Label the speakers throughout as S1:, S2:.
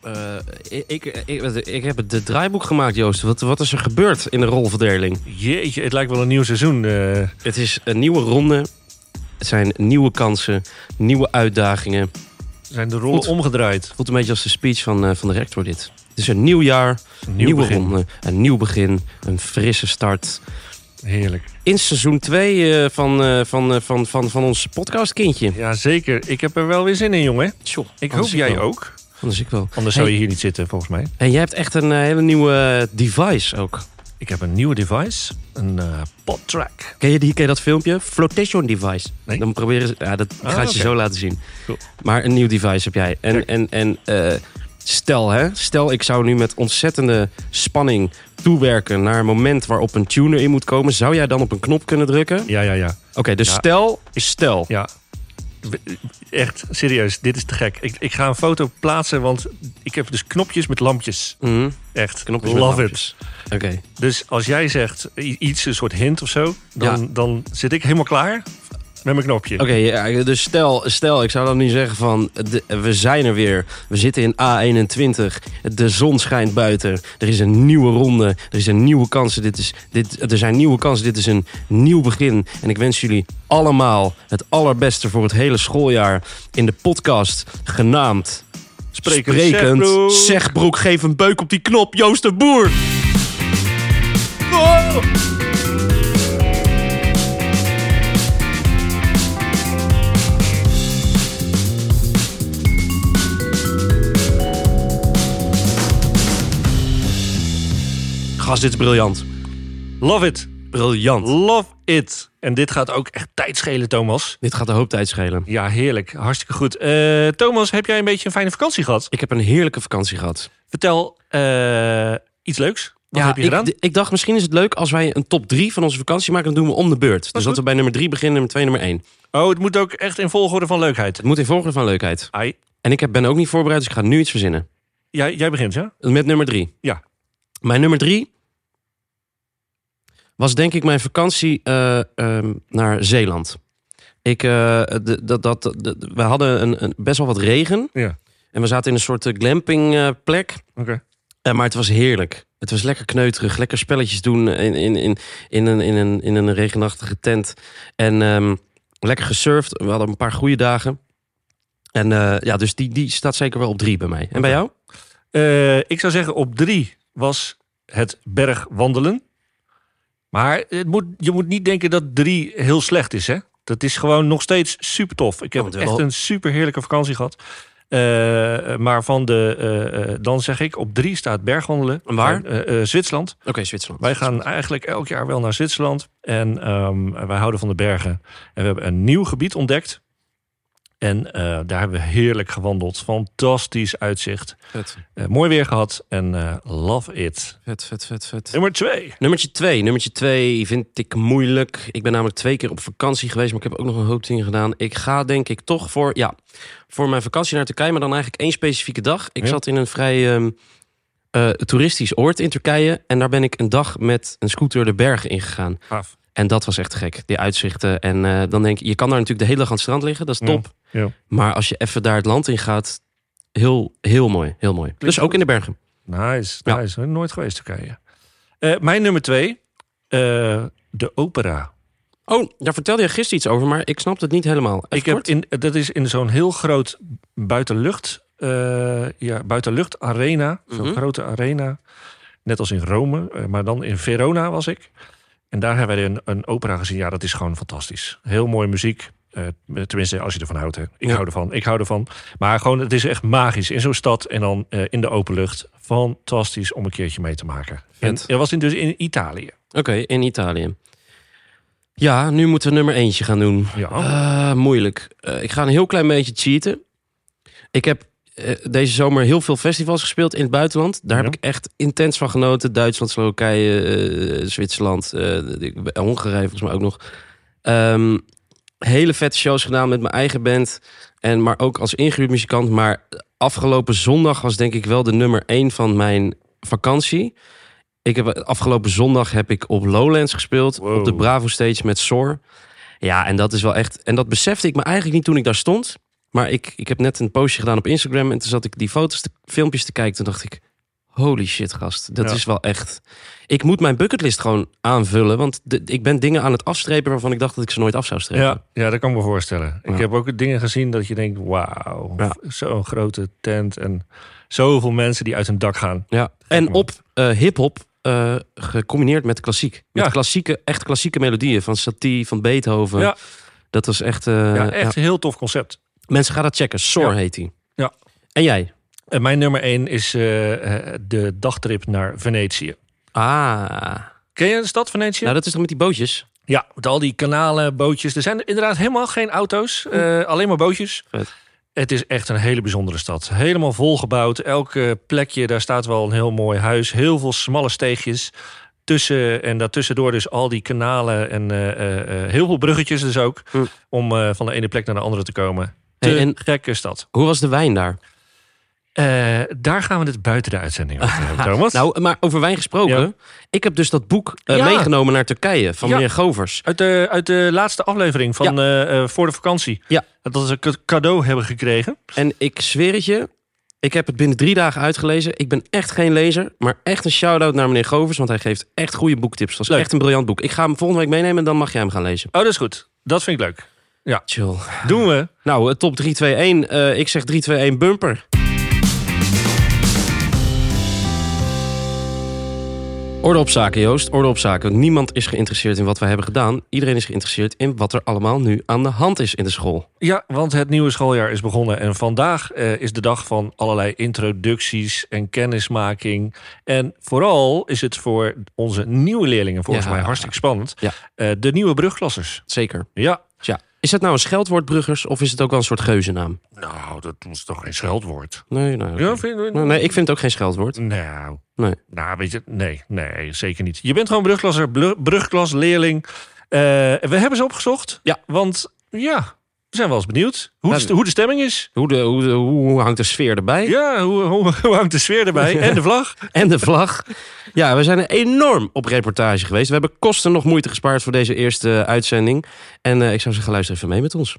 S1: Eh, ik, ik, ik, ik heb het draaiboek gemaakt, Joost. Wat, wat is er gebeurd in de rolverdeling?
S2: Jeetje, het lijkt wel een nieuw seizoen. eh.
S1: Het is een nieuwe ronde. Het zijn nieuwe kansen, nieuwe uitdagingen.
S2: zijn de rollen
S1: Goed.
S2: omgedraaid?
S1: Het voelt een beetje als de speech van, eh, van de rector dit. Het is een nieuw jaar,
S2: Een
S1: nieuwe
S2: begin.
S1: ronde, een nieuw begin, een frisse start.
S2: Heerlijk.
S1: In seizoen 2 van, eh, van, eh, van, van, van ons podcastkindje.
S2: Jazeker, ik heb er wel weer zin in, jongen.
S1: Tjoh,
S2: Ik
S1: anders
S2: hoop jij
S1: wel.
S2: ook.
S1: Anders ik wel.
S2: Anders zou je hier niet zitten, volgens mij.
S1: En jij hebt echt een eh, hele nieuwe eh, device ook.
S2: Ik heb een nieuwe device, een eh podtrack.
S1: Ken je, die, ken je dat filmpje? Flotation device.
S2: Nee.
S1: Dan proberen ze... Ja, dat
S2: Ah,
S1: gaat je
S2: oké.
S1: zo laten zien.
S2: Cool.
S1: Maar een nieuw device heb jij. En, en, en eh, stel, hè. Stel, ik zou nu met ontzettende spanning toewerken... naar een moment waarop een tuner in moet komen. Zou jij dan op een knop kunnen drukken? Oké,
S2: Ja, ja, ja.
S1: dus
S2: Ja.
S1: stel is stel.
S2: Ja. Echt, serieus, dit is te gek. Ik, ik ga een foto plaatsen, want ik heb dus knopjes met lampjes.
S1: Mhm.
S2: Echt,
S1: Knopjes met
S2: love it.
S1: lampjes. Oké.
S2: Dus als jij zegt i- iets, een soort hint of zo, dan,
S1: Ja.
S2: dan zit ik helemaal klaar met mijn knopje.
S1: Oké, ja, dus stel, stel, ik zou dan nu zeggen van, de- we zijn er weer. We zitten in A21, de zon schijnt buiten. Er is een nieuwe ronde, er zijn nieuwe kansen. Dit is, dit, er zijn nieuwe kansen, dit is een nieuw begin. En ik wens jullie allemaal het allerbeste voor het hele schooljaar... in de podcast genaamd
S2: Sprekend Zegbroek.
S1: Zegbroek, geef een beuk op die knop, Joost de Boer. Gast, dit is briljant.
S2: Love it,
S1: Briljant.
S2: love it. En dit gaat ook echt tijd schelen, Thomas.
S1: Dit gaat de hoop tijd schelen.
S2: Ja, heerlijk, hartstikke goed. Eh, Thomas, heb jij een beetje een fijne vakantie gehad?
S1: Ik heb een heerlijke vakantie gehad.
S2: Vertel eh, iets leuks. Wat heb je
S1: ik,
S2: gedaan?
S1: d- ik dacht, misschien is het leuk als wij een top 3 van onze vakantie maken. Dan doen we om de beurt. Dus dat
S2: goed.
S1: we bij nummer 3 beginnen, nummer 2, nummer 1.
S2: Oh, het moet ook echt in volgorde van leukheid.
S1: Het moet in volgorde van leukheid.
S2: Ai.
S1: En ik heb- ben ook niet voorbereid, dus ik ga nu iets verzinnen.
S2: Jij, jij begint, ja?
S1: Met nummer 3.
S2: Ja.
S1: Mijn nummer 3 was denk ik mijn vakantie eh, ehm, naar Zeeland. Ik, eh, d- dat, dat, d- we hadden een, een- best wel wat regen.
S2: Ja.
S1: En we zaten in een soort eh, glamping eh, plek.
S2: Oké.
S1: Eh, maar het was heerlijk. Het was lekker kneuterig, lekker spelletjes doen in, in, in, in, een, in, een, in een regenachtige tent. En ehm, lekker gesurfd. We hadden een paar goede dagen. En eh, ja, dus die, die staat zeker wel op drie bij mij. En bij jou?
S2: Eh, ik zou zeggen, op drie was het bergwandelen. Maar het moet, je moet niet denken dat drie heel slecht is, hè? Dat is gewoon nog steeds super tof. Ik heb
S1: want
S2: echt
S1: Oh, wel-
S2: een super heerlijke vakantie gehad. Eh, maar van de, eh, eh, dan zeg ik, op drie staat bergwandelen.
S1: En waar?
S2: Eh, eh, Zwitserland.
S1: Oké, Zwitserland.
S2: Wij gaan eigenlijk elk jaar wel naar Zwitserland. En ehm, wij houden van de bergen. En we hebben een nieuw gebied ontdekt. En eh, daar hebben we heerlijk gewandeld. Fantastisch uitzicht.
S1: Vet,
S2: Eh, mooi weer gehad. En eh, love it.
S1: vet, vet, vet, vet.
S2: Nummer twee.
S1: Nummertje twee. Nummertje twee vind ik moeilijk. Ik ben namelijk twee keer op vakantie geweest, maar ik heb ook nog een hoop dingen gedaan. Ik ga denk ik toch voor, ja, voor mijn vakantie naar Turkije, maar dan eigenlijk één specifieke dag. Ik
S2: Ja.
S1: zat in een vrij ehm, eh, toeristisch oord in Turkije en daar ben ik een dag met een scooter de bergen ingegaan.
S2: Gaaf.
S1: En dat was echt gek, die uitzichten. En eh, dan denk ik, je kan daar natuurlijk de hele dag aan het strand liggen, dat is
S2: Ja,
S1: top.
S2: ja.
S1: Maar als je even daar het land in gaat, heel, heel mooi, heel mooi. dus ook
S2: goed.
S1: in de bergen.
S2: Nice.
S1: Ja.
S2: Nice. Nooit geweest Turkije. Eh, mijn nummer twee. eh, de opera.
S1: Oh, daar vertelde je gisteren iets over, maar ik snap het niet helemaal. Even
S2: ik heb
S1: kort.
S2: in, dat is in zo'n heel groot buitenlucht, eh, ja, buitenlucht arena. Zo'n
S1: Mhm.
S2: grote arena. Net als in Rome, eh, maar dan in Verona was ik. En daar hebben wij een, een opera gezien. Ja, dat is gewoon fantastisch. Heel mooie muziek. Eh, tenminste, als je ervan houdt. Hè. Ik
S1: Ja.
S2: hou ervan. Ik hou ervan. Maar gewoon, het is echt magisch. In zo'n stad en dan eh, in de open lucht. Fantastisch om een keertje mee te maken. En
S1: Vet.
S2: dat was in, dus in Italië.
S1: Oké, in Italië. Ja, nu moeten we nummer eentje gaan doen.
S2: Ja.
S1: Ah, moeilijk. Eh, ik ga een heel klein beetje cheaten. Ik heb eh, deze zomer heel veel festivals gespeeld in het buitenland. Daar
S2: Ja.
S1: heb ik echt intens van genoten. Duitsland, Slowakije, eh, Zwitserland, eh, de- Hongarije volgens mij ook nog. Ehm, hele vette shows gedaan met mijn eigen band. En, maar ook als ingehuurd muzikant. Maar afgelopen zondag was denk ik wel de nummer één van mijn vakantie. Ik heb, afgelopen zondag heb ik op Lowlands gespeeld.
S2: Wow.
S1: Op de Bravo Stage met Soar. Ja, en dat is wel echt... En dat besefte ik me eigenlijk niet toen ik daar stond. Maar ik, ik heb net een postje gedaan op Instagram. En toen zat ik die foto's, te, filmpjes te kijken. Toen dacht ik, holy shit gast. Dat
S2: Ja.
S1: is wel echt... Ik moet mijn bucketlist gewoon aanvullen. Want de- ik ben dingen aan het afstrepen waarvan ik dacht dat ik ze nooit af zou strepen.
S2: Ja, ja, dat kan ik me voorstellen.
S1: Ja.
S2: Ik heb ook dingen gezien dat je denkt, wauw,
S1: Ja.
S2: zo'n grote tent en zoveel mensen die uit hun dak gaan.
S1: Ja, en op eh hip-hop eh, gecombineerd met klassiek. Met
S2: Ja.
S1: klassieke, echt klassieke melodieën van Satie, van Beethoven.
S2: Ja.
S1: Dat was echt. eh,
S2: ja, echt
S1: ja.
S2: een heel tof concept.
S1: Mensen gaan dat checken. Soar
S2: Ja.
S1: heet hij.
S2: Ja.
S1: En jij?
S2: En mijn nummer één is eh, eh, de dagtrip naar Venetië.
S1: Ah,
S2: Ken je de stad Venetië?
S1: nou dat is dan met die bootjes.
S2: Ja, met al die kanalen, bootjes. Er zijn inderdaad helemaal geen auto's, eh, alleen maar bootjes.
S1: Vet.
S2: Het is echt een hele bijzondere stad. Helemaal volgebouwd. Elk eh, plekje, daar staat wel een heel mooi huis. Heel veel smalle steegjes. Tussen en daartussendoor dus al die kanalen en eh, eh, eh, heel veel bruggetjes dus ook.
S1: Hm.
S2: Om eh, van de ene plek naar de andere te komen. Te
S1: Hey, en-
S2: gekke stad.
S1: Hoe was de wijn daar?
S2: Eh, daar gaan we het buiten de uitzending over hebben, Thomas.
S1: Nou, maar over wijn gesproken.
S2: Ja.
S1: Ik heb dus dat boek eh,
S2: Ja.
S1: meegenomen naar Turkije van
S2: Ja.
S1: meneer Govers.
S2: Uit de, uit de laatste aflevering van eh, eh, voor de vakantie.
S1: Ja.
S2: Dat ze een cadeau hebben gekregen.
S1: En ik zweer het je, ik heb het binnen drie dagen uitgelezen. Ik ben echt geen lezer, maar echt een shout-out naar meneer Govers. Want hij geeft echt goede boektips. Dat is
S2: Leuk.
S1: echt een briljant boek. Ik ga hem volgende week meenemen en dan mag jij hem gaan lezen.
S2: Oh, dat is goed. Dat vind ik leuk.
S1: Chill.
S2: Doen we.
S1: Nou, eh, top 3, 2, 1. Eh, ik zeg 3, 2, 1 bumper. Orde op zaken, Joost. Orde op zaken. Want Niemand is geïnteresseerd in wat wij hebben gedaan. Iedereen is geïnteresseerd in wat er allemaal nu aan de hand is in de school.
S2: Ja, want het nieuwe schooljaar is begonnen en vandaag eh, is de dag van allerlei introducties en kennismaking. En vooral is het voor onze nieuwe leerlingen volgens
S1: Ja.
S2: mij hartstikke spannend.
S1: Ja.
S2: Eh, de nieuwe brugklassers.
S1: Zeker.
S2: Ja.
S1: Tja. Is dat nou een scheldwoord, Bruggers, of is het ook wel een soort geuzennaam?
S2: Nou, dat is toch geen scheldwoord.
S1: Nee, nou, oké.
S2: Ja, vind je?
S1: Nou, nee, ik vind het ook geen scheldwoord.
S2: Nou,
S1: Nee.
S2: nou, weet je, nee, nee, zeker niet. Je bent gewoon brugklasser, blu- brugklasleerling. Eh, we hebben ze opgezocht.
S1: Ja.
S2: Want ja, we zijn wel eens benieuwd hoe, de,
S1: Ja.
S2: st- hoe de stemming is.
S1: Hoe, de, hoe, de- hoe hoe hangt de sfeer erbij?
S2: Ja, hoe, hoe, hoe hangt de sfeer erbij? En de vlag.
S1: En de vlag. Ja, we zijn enorm op reportage geweest. We hebben kosten nog moeite gespaard voor deze eerste eh, uitzending. En eh, ik zou zeggen, luister even mee met ons.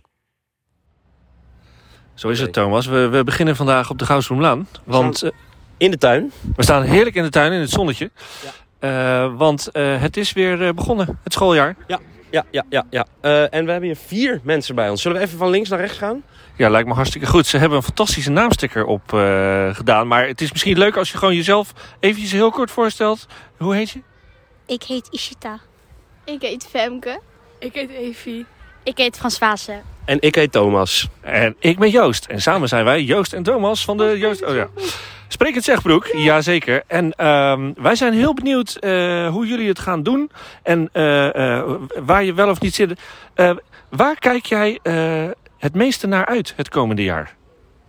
S2: Zo is het, Thomas. We, we beginnen vandaag op de Goudsbloemlaan. Want eh,
S1: In de tuin.
S2: we staan heerlijk in de tuin, in het zonnetje. Eh, want eh, het is weer eh, begonnen, het schooljaar.
S1: Ja, ja, ja. ja. Eh, en we hebben hier vier mensen bij ons. Zullen we even van links naar rechts gaan?
S2: Ja, lijkt me hartstikke goed. Ze hebben een fantastische naamsticker op eh, gedaan. Maar het is misschien leuk als je gewoon jezelf eventjes heel kort voorstelt. Hoe heet je?
S3: Ik heet Ishita.
S4: Ik heet Femke. Ik heet Evie.
S3: Ik heet Frans Vaassen.
S1: En ik heet Thomas.
S2: En ik ben Joost. En samen zijn wij Joost en Thomas van de Joost... Oh ja. Spreek het Zegbroek, jazeker. En ehm, wij zijn heel benieuwd eh, hoe jullie het gaan doen. En eh, eh, waar je wel of niet zit. Eh, waar kijk jij eh, het meeste naar uit het komende jaar?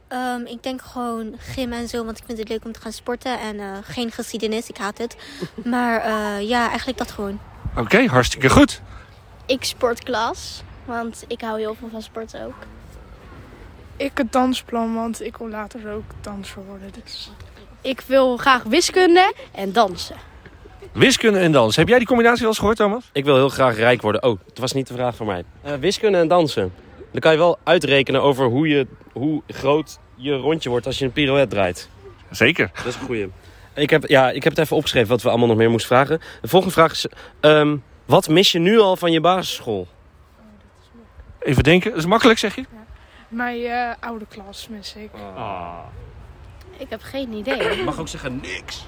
S3: Ehm, ik denk gewoon gym en zo, want ik vind het leuk om te gaan sporten. En eh, geen geschiedenis, ik haat het. Maar eh, ja, eigenlijk dat gewoon.
S2: Oké, hartstikke goed.
S4: Ik sport klas, want ik hou heel veel van sport ook. Ik het dansplan, want ik wil later ook danser worden. Dus. Ik wil graag wiskunde en dansen.
S2: Wiskunde en dans. Heb jij die combinatie wel eens gehoord, Thomas?
S1: Ik wil heel graag rijk worden. Oh, het was niet de vraag van mij. Eh, wiskunde en dansen. Dan kan je wel uitrekenen over hoe, je, hoe groot je rondje wordt als je een pirouette draait.
S2: Zeker.
S1: Dat is een goeie. Ik heb, ja, ik heb het even opgeschreven wat we allemaal nog meer moesten vragen. De volgende vraag is... ehm, wat mis je nu al van je basisschool?
S2: Even denken. Dat is makkelijk, zeg je?
S5: Mijn eh, oude klas mis ik.
S4: Ik heb geen idee.
S1: mag ook zeggen niks.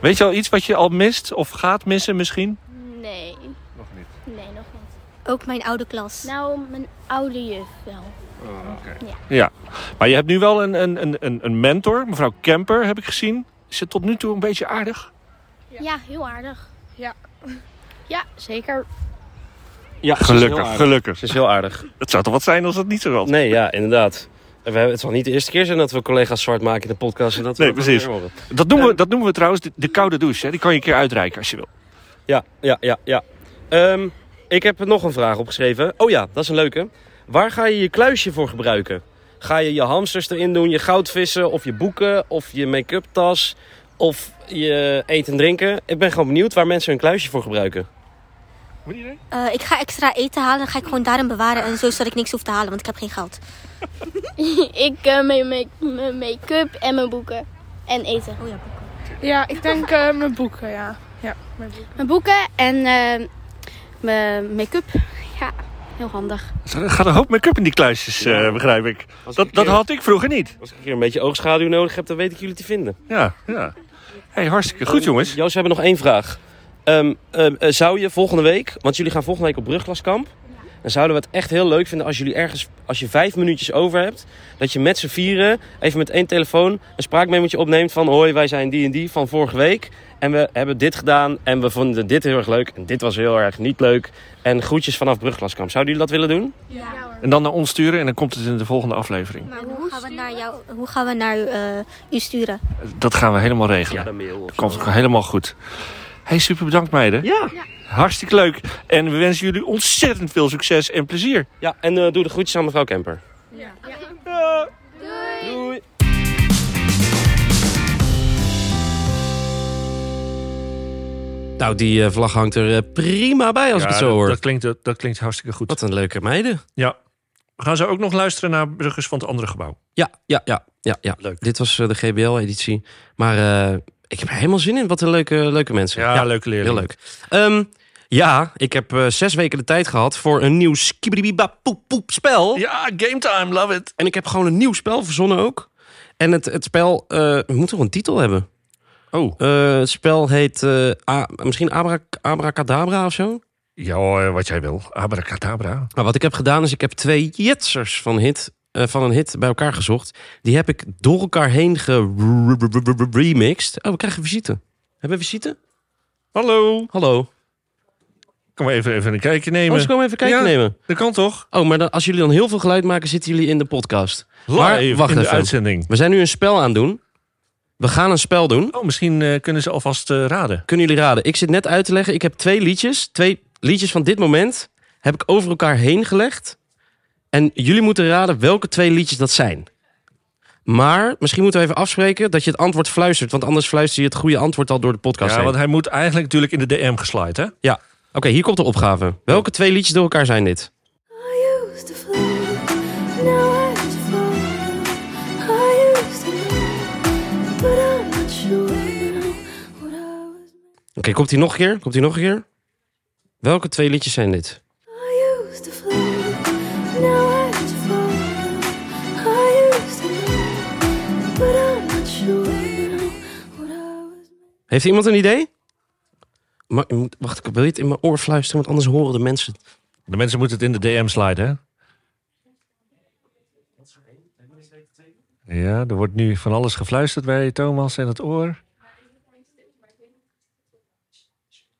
S2: Weet je al iets wat je al mist of gaat missen misschien?
S4: Nee. Nog niet? Nee, nog niet.
S3: Ook mijn oude klas.
S4: Nou, mijn oude juf wel.
S2: Ja. Maar je hebt nu wel een, een, een- een, een mentor, mevrouw Kemper, heb ik gezien. Is ze tot nu toe een beetje aardig?
S4: Ja, heel aardig.
S5: Ja.
S4: Ja, zeker.
S1: Ja,
S2: Gelukkig, gelukkig.
S1: Ze is heel aardig.
S2: Het zou toch wat zijn als dat niet zo was?
S1: Nee, ja, inderdaad. En We hebben, het zal niet de eerste keer zijn dat we collega's zwart maken in de podcast. En dat we
S2: Nee,
S1: dat
S2: precies.
S1: weer horen.
S2: Dat, noemen we, dat noemen we trouwens de, de koude douche. Hè? Die kan je een keer uitreiken als je wil.
S1: Ja, ja, ja, ja. Ehm, ik heb nog een vraag opgeschreven. Oh ja, dat is een leuke. Waar ga je je kluisje voor gebruiken? Ga je je hamsters erin doen, je goudvissen of je boeken of je make-up tas of je eten en drinken? Ik ben gewoon benieuwd waar mensen hun kluisje voor gebruiken.
S2: Moet je
S3: Eh, ik ga extra eten halen en ga ik gewoon daarin bewaren. En zo zodat ik niks hoef te halen, want ik heb geen geld.
S6: ik eh, mijn make- mijn make-up en mijn boeken. En eten.
S3: Oh ja,
S5: Ja, ik denk eh, mijn boeken, ja. Ja, mijn boeken.
S6: Mijn boeken en eh, mijn make-up. Ja, heel handig.
S2: Er gaat een hoop make-up in die kluisjes, eh,
S1: Ja.
S2: begrijp ik.
S1: Als ik
S2: Dat,
S1: een
S2: dat
S1: keer-
S2: had ik vroeger niet.
S1: Als ik hier een beetje oogschaduw nodig heb, dan weet ik jullie te vinden.
S2: Ja, ja. Hey, hartstikke goed, jongens.
S1: Ehm, Joost, we hebben nog één vraag. Ehm, ehm, eh, zou je volgende week, want jullie gaan volgende week op Brugglaskamp. Dan zouden we het echt heel leuk vinden als jullie ergens, als je vijf minuutjes over hebt, dat je met z'n vieren even met één telefoon een spraakmemootje opneemt van hoi, wij zijn die en die van vorige week. En we hebben dit gedaan en we vonden dit heel erg leuk en dit was heel erg niet leuk. En groetjes vanaf Brugglaskamp. Zouden jullie dat willen doen?
S2: En dan naar ons sturen en dan komt het in de volgende aflevering.
S3: maar hoe gaan we naar jou, hoe gaan we naar eh, u sturen?
S2: Dat gaan we helemaal regelen.
S1: mail
S2: Komt ook helemaal goed. Hey, super bedankt, meiden.
S1: Ja.
S2: Hartstikke leuk. En we wensen jullie ontzettend veel succes en plezier.
S1: Ja, en eh, doe de groetjes aan mevrouw Kemper. Doei. Doei. Nou, die eh, vlag hangt er eh, prima bij als ik het zo hoor.
S2: dat, klinkt, dat, dat klinkt hartstikke goed.
S1: Wat een leuke meiden.
S2: Ja. We gaan ze ook nog luisteren naar Bruggers van het andere gebouw.
S1: Ja, ja, ja. ja, ja.
S2: Leuk.
S1: Dit was eh, de GBL-editie. Maar eh, ik heb er helemaal zin in. Wat een leuke, leuke mensen.
S2: Ja, leuke leerling.
S1: Heel leuk. Ehm, ja, ik heb eh, zes weken de tijd gehad voor een nieuw skibidibibap-poep-poep spel.
S2: Ja, game time, love it.
S1: En ik heb gewoon een nieuw spel verzonnen ook. En het, het spel eh moet toch een titel hebben?
S2: Oh,
S1: Eh, het spel heet eh, A- misschien Abrac- Abracadabra of zo.
S2: ja, hoor, wat jij wil. Abracadabra.
S1: Maar wat ik heb gedaan is, ik heb twee jetsers van, hit, eh, van een hit bij elkaar gezocht. Die heb ik door elkaar heen geremixed. Oh, we krijgen visite. Hebben we visite?
S2: Hallo.
S1: Hallo.
S2: Kom even, even een kijkje nemen.
S1: Oh, ze komen even kijken
S2: Ja.
S1: nemen.
S2: Dat kan toch?
S1: Oh, maar dan, als jullie dan heel veel geluid maken, zitten jullie in de podcast. Maar
S2: Live
S1: wacht
S2: in de
S1: even.
S2: uitzending.
S1: We zijn nu een spel aan het doen. We gaan een spel doen.
S2: Oh, misschien eh, kunnen ze alvast eh, raden.
S1: Kunnen jullie raden? Ik zit net uit te leggen. Ik heb twee liedjes, twee liedjes van dit moment, heb ik over elkaar heen gelegd. En jullie moeten raden welke twee liedjes dat zijn. Maar misschien moeten we even afspreken dat je het antwoord fluistert. Want anders fluister je het goede antwoord al door de podcast
S2: Ja,
S1: heen.
S2: want hij moet eigenlijk natuurlijk in de DM geslaaid, hè?
S1: Ja. Oké, hier komt de opgave. Welke twee liedjes door elkaar zijn dit? Oké, komt hij nog een keer? Komt hij nog een keer? Welke twee liedjes zijn dit? Heeft iemand een idee? Maar, je moet- wacht, ik wil je het in mijn oor fluisteren, want anders horen de mensen. het.
S2: De mensen moeten het in de DM sliden, hè? Ja, er wordt nu van alles gefluisterd bij Thomas en het oor.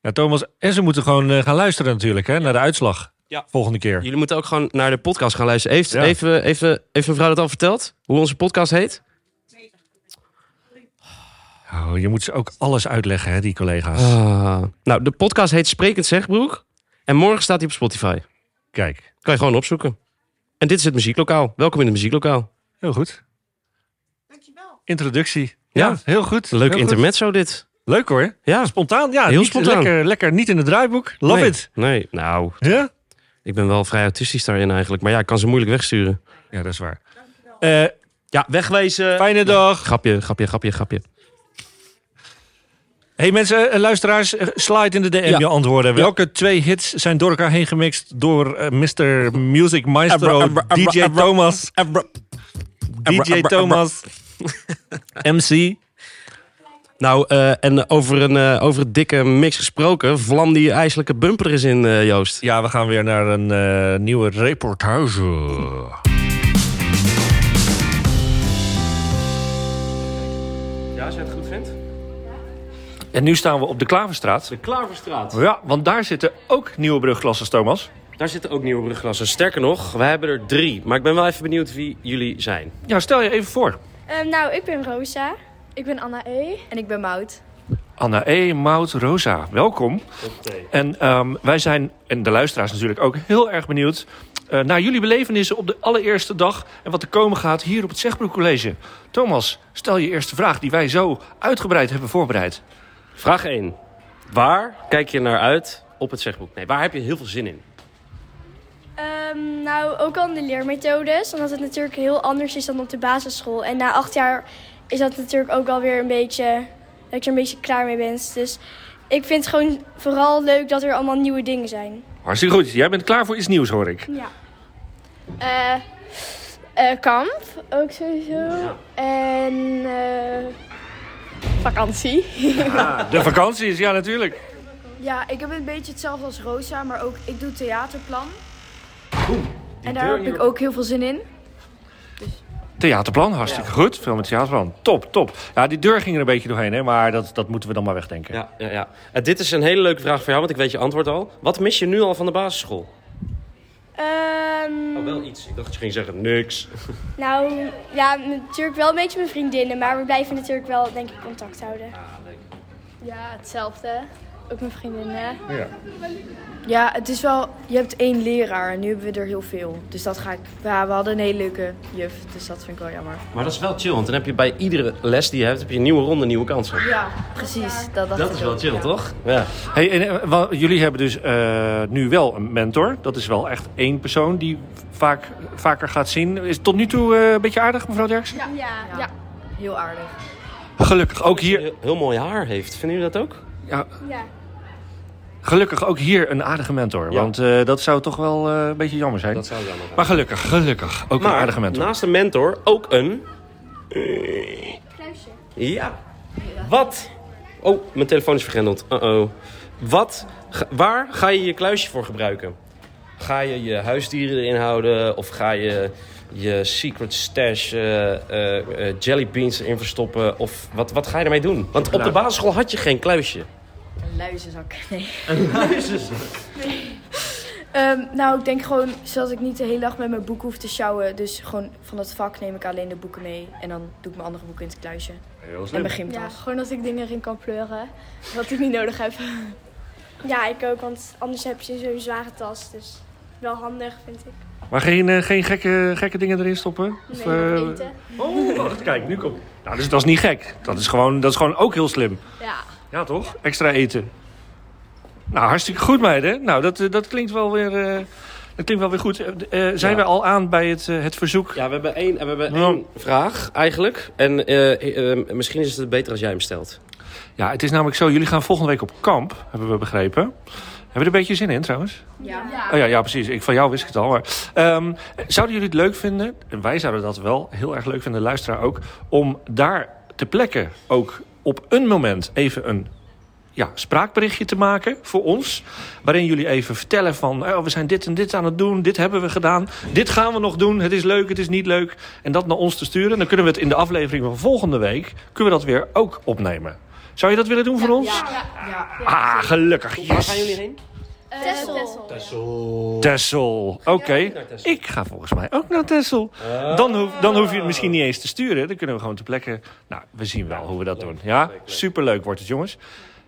S2: Ja, Thomas, en ze moeten gewoon eh, gaan luisteren natuurlijk, hè? Naar de uitslag.
S1: Ja.
S2: Volgende keer.
S1: Jullie moeten ook gewoon naar de podcast gaan luisteren. Heeft,
S2: Ja.
S1: heeft, eh, heeft, eh, heeft mevrouw dat al verteld? Hoe onze podcast heet?
S2: Oh, je moet ze ook alles uitleggen, hè, die collega's.
S1: Ah. Nou, de podcast heet Sprekend Zegbroek. En morgen staat hij op Spotify.
S2: Kijk,
S1: Kan je gewoon opzoeken. En dit is het muzieklokaal. Welkom in het muzieklokaal.
S2: heel goed. Dankjewel. Introductie. Ja,
S1: Ja.
S2: heel goed.
S1: Leuk
S2: heel goed.
S1: intermezzo dit.
S2: Leuk hoor.
S1: Ja,
S2: Spontaan, ja.
S1: Heel
S2: niet-
S1: spontaan.
S2: Lekker, lekker niet in het draaiboek. Love
S1: nee.
S2: it.
S1: Nee, nou,
S2: Ja?
S1: ik ben wel vrij autistisch daarin eigenlijk. Maar ja, ik kan ze moeilijk wegsturen.
S2: Ja, dat is waar. Eh,
S1: Ja, wegwezen.
S2: fijne dag.
S1: Grapje, grapje, grapje, grapje.
S2: Hey mensen, eh, luisteraars, eh, slide in de DM
S1: Ja.
S2: je antwoorden. Welke twee hits zijn door elkaar heen gemixt door eh, Mr. Music Maestro,
S1: Abra, abra, abra,
S2: DJ
S1: abra.
S2: Thomas, DJ
S1: abra, abra.
S2: Thomas, MC.
S1: Nou, eh, en over een, eh, over een dikke mix gesproken. Vlam die ijselijke bumper er eens in, eh, Joost.
S2: Ja, we gaan weer naar een eh, nieuwe reportage.
S1: Ja, als je het goed vindt.
S2: En nu staan we op de Klaverstraat.
S1: De Klaverstraat.
S2: Ja, want daar zitten ook nieuwe brugklassen, Thomas.
S1: Daar zitten ook nieuwe brugklassen. Sterker nog, we hebben er drie. Maar ik ben wel even benieuwd wie jullie zijn.
S2: Ja, stel je even voor.
S6: nou, ik ben Rosa.
S7: Ik ben Anna E. En ik ben Mout.
S2: Anna E, Maud, Rosa, welkom. En ehm, wij zijn, en de luisteraars natuurlijk ook, heel erg benieuwd... eh, naar jullie belevenissen op de allereerste dag... en wat er komen gaat hier op het Zegbroek College. Thomas, stel je eerste vraag die wij zo uitgebreid hebben voorbereid.
S1: Vraag 1. Waar kijk je naar uit op het zegboek? Nee, waar heb je heel veel zin in?
S8: Ehm, nou, ook al in de leermethodes, omdat het natuurlijk heel anders is dan op de basisschool. En na acht jaar is dat natuurlijk ook alweer een beetje, dat je er een beetje klaar mee bent. Dus ik vind het gewoon vooral leuk dat er allemaal nieuwe dingen zijn.
S2: Hartstikke goed. Jij bent klaar voor iets nieuws, hoor ik.
S8: Ja.
S7: Eh, eh, kamp, ook sowieso. En eh, vakantie.
S2: De vakantie is, ja, natuurlijk.
S7: Ja, ik heb een beetje hetzelfde als Rosa, maar ook ik doe theaterplan.
S2: deur
S7: en daar heb
S2: hier.
S7: ik ook heel veel zin in.
S2: Theaterplan, hartstikke goed. Film met theaterplan. Top, top. Ja, die deur ging er een beetje doorheen, hè, maar dat, dat moeten we dan maar wegdenken.
S1: Ja, ja, ja. Eh, dit is een hele leuke vraag voor jou, want ik weet je antwoord al. Wat mis je nu al van de basisschool?
S8: Ehm,
S1: Oh, wel iets. Ik dacht dat je ging zeggen niks.
S8: nou, ja, natuurlijk wel een beetje mijn vriendinnen, maar we blijven natuurlijk wel, denk ik, contact houden.
S6: Ja, hetzelfde. Ook mijn vriendinnen.
S7: Ja, het is wel, je hebt één leraar en nu hebben we er heel veel. Dus dat ga ik, ja, we hadden een hele leuke juf, dus dat vind ik wel jammer.
S1: Maar dat is wel chill, want dan heb je bij iedere les die je hebt, heb je een nieuwe ronde, nieuwe kansen.
S7: Ja, precies. Dat, dacht
S1: Dat
S7: ik
S1: is wel
S7: ook,
S1: chill,
S7: ja.
S1: toch? Ja.
S2: Hey, en, eh, wa- jullie hebben dus eh, nu wel een mentor. Dat is wel echt één persoon die vaak, vaker gaat zien. Is het tot nu toe eh, een beetje aardig, mevrouw Derksen?
S6: Ja.
S7: Ja, heel aardig.
S2: Gelukkig ook hier.
S1: Heel, heel mooi haar heeft. Vinden jullie dat ook?
S2: Ja,
S8: Ja.
S2: gelukkig ook hier een aardige mentor.
S1: Ja.
S2: Want eh, dat zou toch wel eh, een beetje jammer zijn.
S1: zou jammer zijn.
S2: Maar gelukkig, gelukkig. Ook een aardige mentor.
S1: naast een mentor ook een... Ja. Wat? Oh, mijn telefoon is vergrendeld. Uh-oh. Wat? Ga- waar ga je je kluisje voor gebruiken? Ga je je huisdieren erin houden? Of ga je je secret stash eh, eh, eh, jelly beans erin verstoppen? Of wat, wat ga je ermee doen? Want
S2: Nou.
S1: op de basisschool had je geen kluisje.
S7: Een luizenzak. Nee. Een luizenzak? nou, ik denk gewoon, zodat ik niet de hele dag met mijn boeken hoef te sjouwen. Dus gewoon van dat vak neem ik alleen de boeken mee. En dan doe ik mijn andere boeken in het kluisje.
S2: Heel
S7: En
S2: slim.
S7: mijn
S6: Ja,
S7: gymtas.
S6: gewoon als ik dingen erin kan pleuren. Wat ik niet nodig heb.
S8: Ja, ik ook, want anders heb je zo'n zware tas. Dus wel handig, vind ik.
S2: Maar geen, eh, geen gekke, gekke dingen erin stoppen? Of,
S6: Nee,
S2: eh,
S6: eten.
S2: Oh, wacht, kijk, nu komt... Nou, dus, dat is niet gek. Dat is, gewoon, dat is gewoon ook heel slim.
S6: Ja.
S2: Ja, toch? Extra eten. Nou, hartstikke goed, meiden. Nou, dat, eh, dat klinkt wel weer... eh, dat klinkt wel weer goed. Eh, d- eh, zijn
S1: Ja.
S2: we al aan bij het, eh, het verzoek?
S1: Ja, we hebben één, we hebben
S2: Ja.
S1: één vraag eigenlijk. En eh, eh, misschien is het beter als jij hem stelt.
S2: Ja, het is namelijk zo. Jullie gaan volgende week op kamp, hebben we begrepen. Hebben we er een beetje zin in, trouwens?
S7: Ja.
S2: Oh ja, ja, precies. Ik, van jou wist ik het al. Maar, ehm, zouden jullie het leuk vinden, en wij zouden dat wel heel erg leuk vinden, de luisteraar ook, om daar te plekken ook op een moment even een ja, spraakberichtje te maken voor ons. Waarin jullie even vertellen van, oh, we zijn dit en dit aan het doen, dit hebben we gedaan, dit gaan we nog doen, het is leuk, het is niet leuk. En dat naar ons te sturen. Dan kunnen we het in de aflevering van volgende week, kunnen we dat weer ook opnemen. Zou je dat willen doen voor ons? Ah, gelukkig.
S1: Waar
S2: Yes.
S1: gaan jullie heen?
S2: Tessel. Oké.
S1: naar Texel.
S2: Ik ga volgens mij ook naar Tessel. Dan, hoef, dan hoef je het misschien niet eens te sturen. Dan kunnen we gewoon ter plekke. Nou, we zien wel hoe we dat doen. Ja, superleuk wordt het, jongens.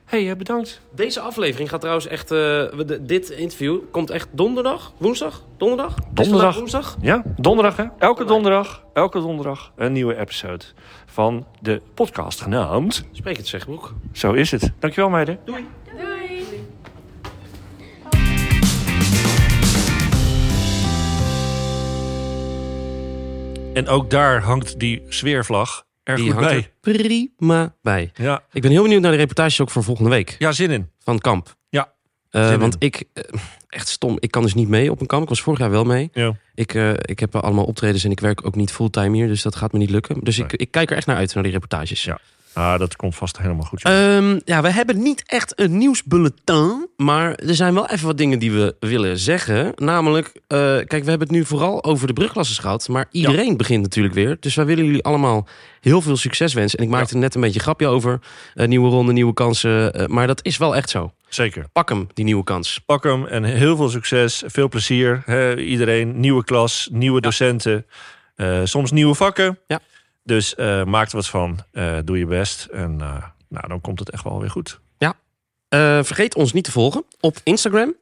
S2: Hé, hey, eh, bedankt.
S1: Deze aflevering gaat trouwens echt. eh, we- de- dit interview komt echt donderdag? Woensdag? Donderdag? Is vandaag
S2: Donderdag.
S1: Woensdag?
S2: Ja, donderdag hè? Elke donderdag, elke donderdag een nieuwe episode van de podcast genaamd.
S1: Spreek het zegboek.
S2: Zo is het. Dankjewel, meiden. Doei. En ook daar hangt die sfeervlag er
S1: Die hangt er prima bij.
S2: Ja.
S1: Ik ben heel benieuwd naar de reportage ook voor volgende week
S2: ja, zin in.
S1: van kamp.
S2: Ja.
S1: Eh,
S2: Zin in.
S1: want ik, eh, echt stom, ik kan dus niet mee op een kamp. Ik was vorig jaar wel mee.
S2: Ja.
S1: Ik, eh, ik heb eh, allemaal optredens en ik werk ook niet fulltime hier, dus dat gaat me niet lukken. Dus ik,
S2: Nee.
S1: ik kijk er echt naar uit, naar die reportages.
S2: Ja. Ah, dat komt vast helemaal goed. joh.
S1: Ehm, ja, we hebben niet echt een nieuwsbulletin. Maar er zijn wel even wat dingen die we willen zeggen. Namelijk, eh, kijk, we hebben het nu vooral over de brugklasses gehad. Maar iedereen begint natuurlijk weer. Dus wij willen jullie allemaal heel veel succes wensen. En ik maakte er net een beetje een grapje over. Eh, nieuwe ronde, nieuwe kansen. eh, maar dat is wel echt zo.
S2: Zeker.
S1: Pak hem, die nieuwe kans.
S2: Pak hem en heel veel succes. Veel plezier. hè, iedereen. Nieuwe klas, nieuwe docenten. eh, soms nieuwe vakken.
S1: Ja.
S2: Dus eh, maak er wat van. Eh, doe je best. En eh, nou, dan komt het echt wel weer goed.
S1: Eh, vergeet ons niet te volgen op Instagram.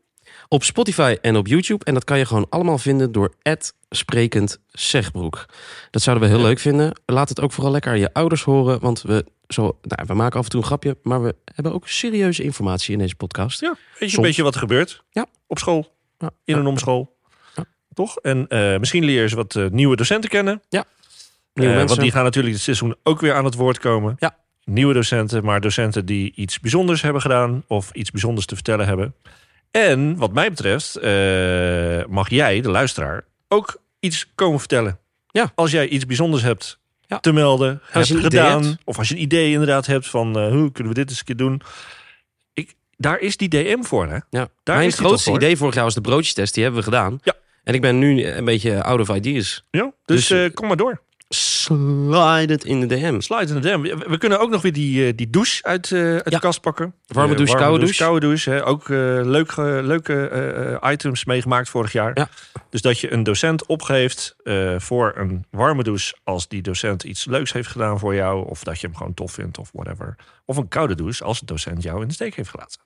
S1: op Spotify en op YouTube. En dat kan je gewoon allemaal vinden door sprekend zegbroek. Dat zouden we heel leuk vinden. Laat het ook vooral lekker aan je ouders horen. Want we, zo, nou, we maken af en toe een grapje. Maar we hebben ook serieuze informatie in deze podcast.
S2: Ja, weet je een
S1: Soms.
S2: beetje wat er gebeurt?
S1: Ja.
S2: Op school,
S1: Ja.
S2: in en om school.
S1: Ja.
S2: Toch? En eh, misschien leer je ze wat eh, nieuwe docenten kennen.
S1: Nieuwe
S2: Eh,
S1: mensen.
S2: Want die gaan natuurlijk dit seizoen ook weer aan het woord komen.
S1: Ja.
S2: Nieuwe docenten, maar docenten die iets bijzonders hebben gedaan of iets bijzonders te vertellen hebben. En wat mij betreft eh, mag jij, de luisteraar, ook iets komen vertellen.
S1: Ja.
S2: Als jij iets bijzonders hebt
S1: Ja.
S2: te melden, hebt
S1: je een idee
S2: gedaan,
S1: hebt.
S2: of als je een idee inderdaad hebt van eh, hoe kunnen we dit eens een keer doen. Ik, daar is die DM voor, hè?
S1: Ja.
S2: Daar
S1: Mijn
S2: is die toch
S1: grootste
S2: voor?
S1: idee vorig jaar was de broodjestest. Die hebben we gedaan.
S2: Ja.
S1: En ik ben nu een beetje out of ideas.
S2: Ja, dus
S1: Dus, eh,
S2: eh, kom maar door.
S1: Slide het in de DM.
S2: Slide in de DM. We, we kunnen ook nog weer die, eh, die douche uit, eh, uit de
S1: Ja.
S2: kast pakken.
S1: Warme
S2: Eh,
S1: douche, koude douche.
S2: Koude douche. Hè. Ook eh, leuk, eh, leuke eh, eh, items meegemaakt vorig jaar.
S1: Ja.
S2: Dus dat je een docent opgeeft eh, voor een warme douche... als die docent iets leuks heeft gedaan voor jou... of dat je hem gewoon tof vindt of whatever. Of een koude douche als de docent jou in de steek heeft gelaten.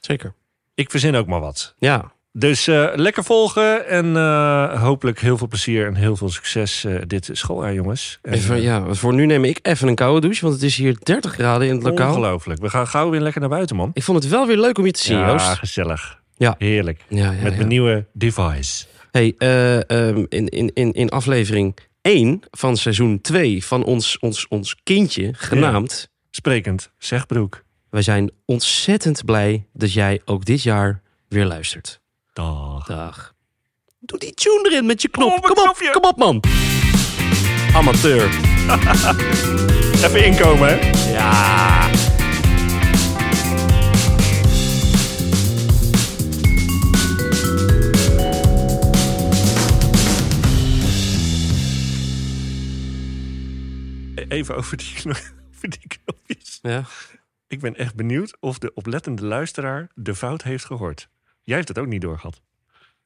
S1: Zeker.
S2: Ik verzin ook maar wat.
S1: Ja.
S2: Dus eh, lekker volgen en eh, hopelijk heel veel plezier en heel veel succes eh, dit schooljaar, jongens. En, eh,
S1: Even, ja. Voor nu neem ik even een koude douche. Want het is hier 30 graden in het lokaal.
S2: Ongelooflijk. We gaan gauw weer lekker naar buiten, man.
S1: Ik vond het wel weer leuk om je te zien,
S2: Ja,
S1: Joost.
S2: gezellig.
S1: Ja.
S2: Heerlijk.
S1: Ja, ja,
S2: Met
S1: ja.
S2: mijn nieuwe device.
S1: Hey, eh, ehm, in, in, in, in aflevering 1 van seizoen 2 van ons, ons, ons kindje, genaamd...
S2: Sprekend, zeg Broek.
S1: Wij zijn ontzettend blij dat jij ook dit jaar weer luistert.
S2: Dag.
S1: Dag. Doe die tune erin met je knop.
S2: Oh, mijn
S1: kom op,
S2: knopje.
S1: kom op man. Amateur.
S2: Even inkomen, hè? E- Ja. Even over die, kno- over die knopjes.
S1: Ja.
S2: Ik ben echt benieuwd of de oplettende luisteraar de fout heeft gehoord. Jij heeft het ook niet doorgehad.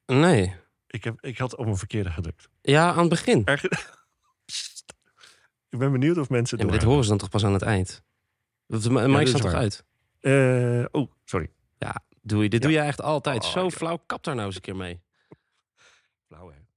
S1: Nee.
S2: Ik, heb, ik had op een verkeerde gedrukt.
S1: Ja, aan het begin.
S2: Erg... Psst. Ik ben benieuwd of mensen
S1: Ja,
S2: het
S1: maar
S2: door.
S1: dit horen ze dan toch pas aan het eind. Dat- Maar
S2: dat
S1: Mike
S2: is
S1: staat toch
S2: waar.
S1: uit?
S2: Eh, oh, sorry.
S1: Ja, doe je, dit
S2: Ja.
S1: doe je echt altijd.
S2: Oh,
S1: Zo
S2: ja.
S1: flauw, kap daar nou eens een keer mee.
S2: Blauw, hè.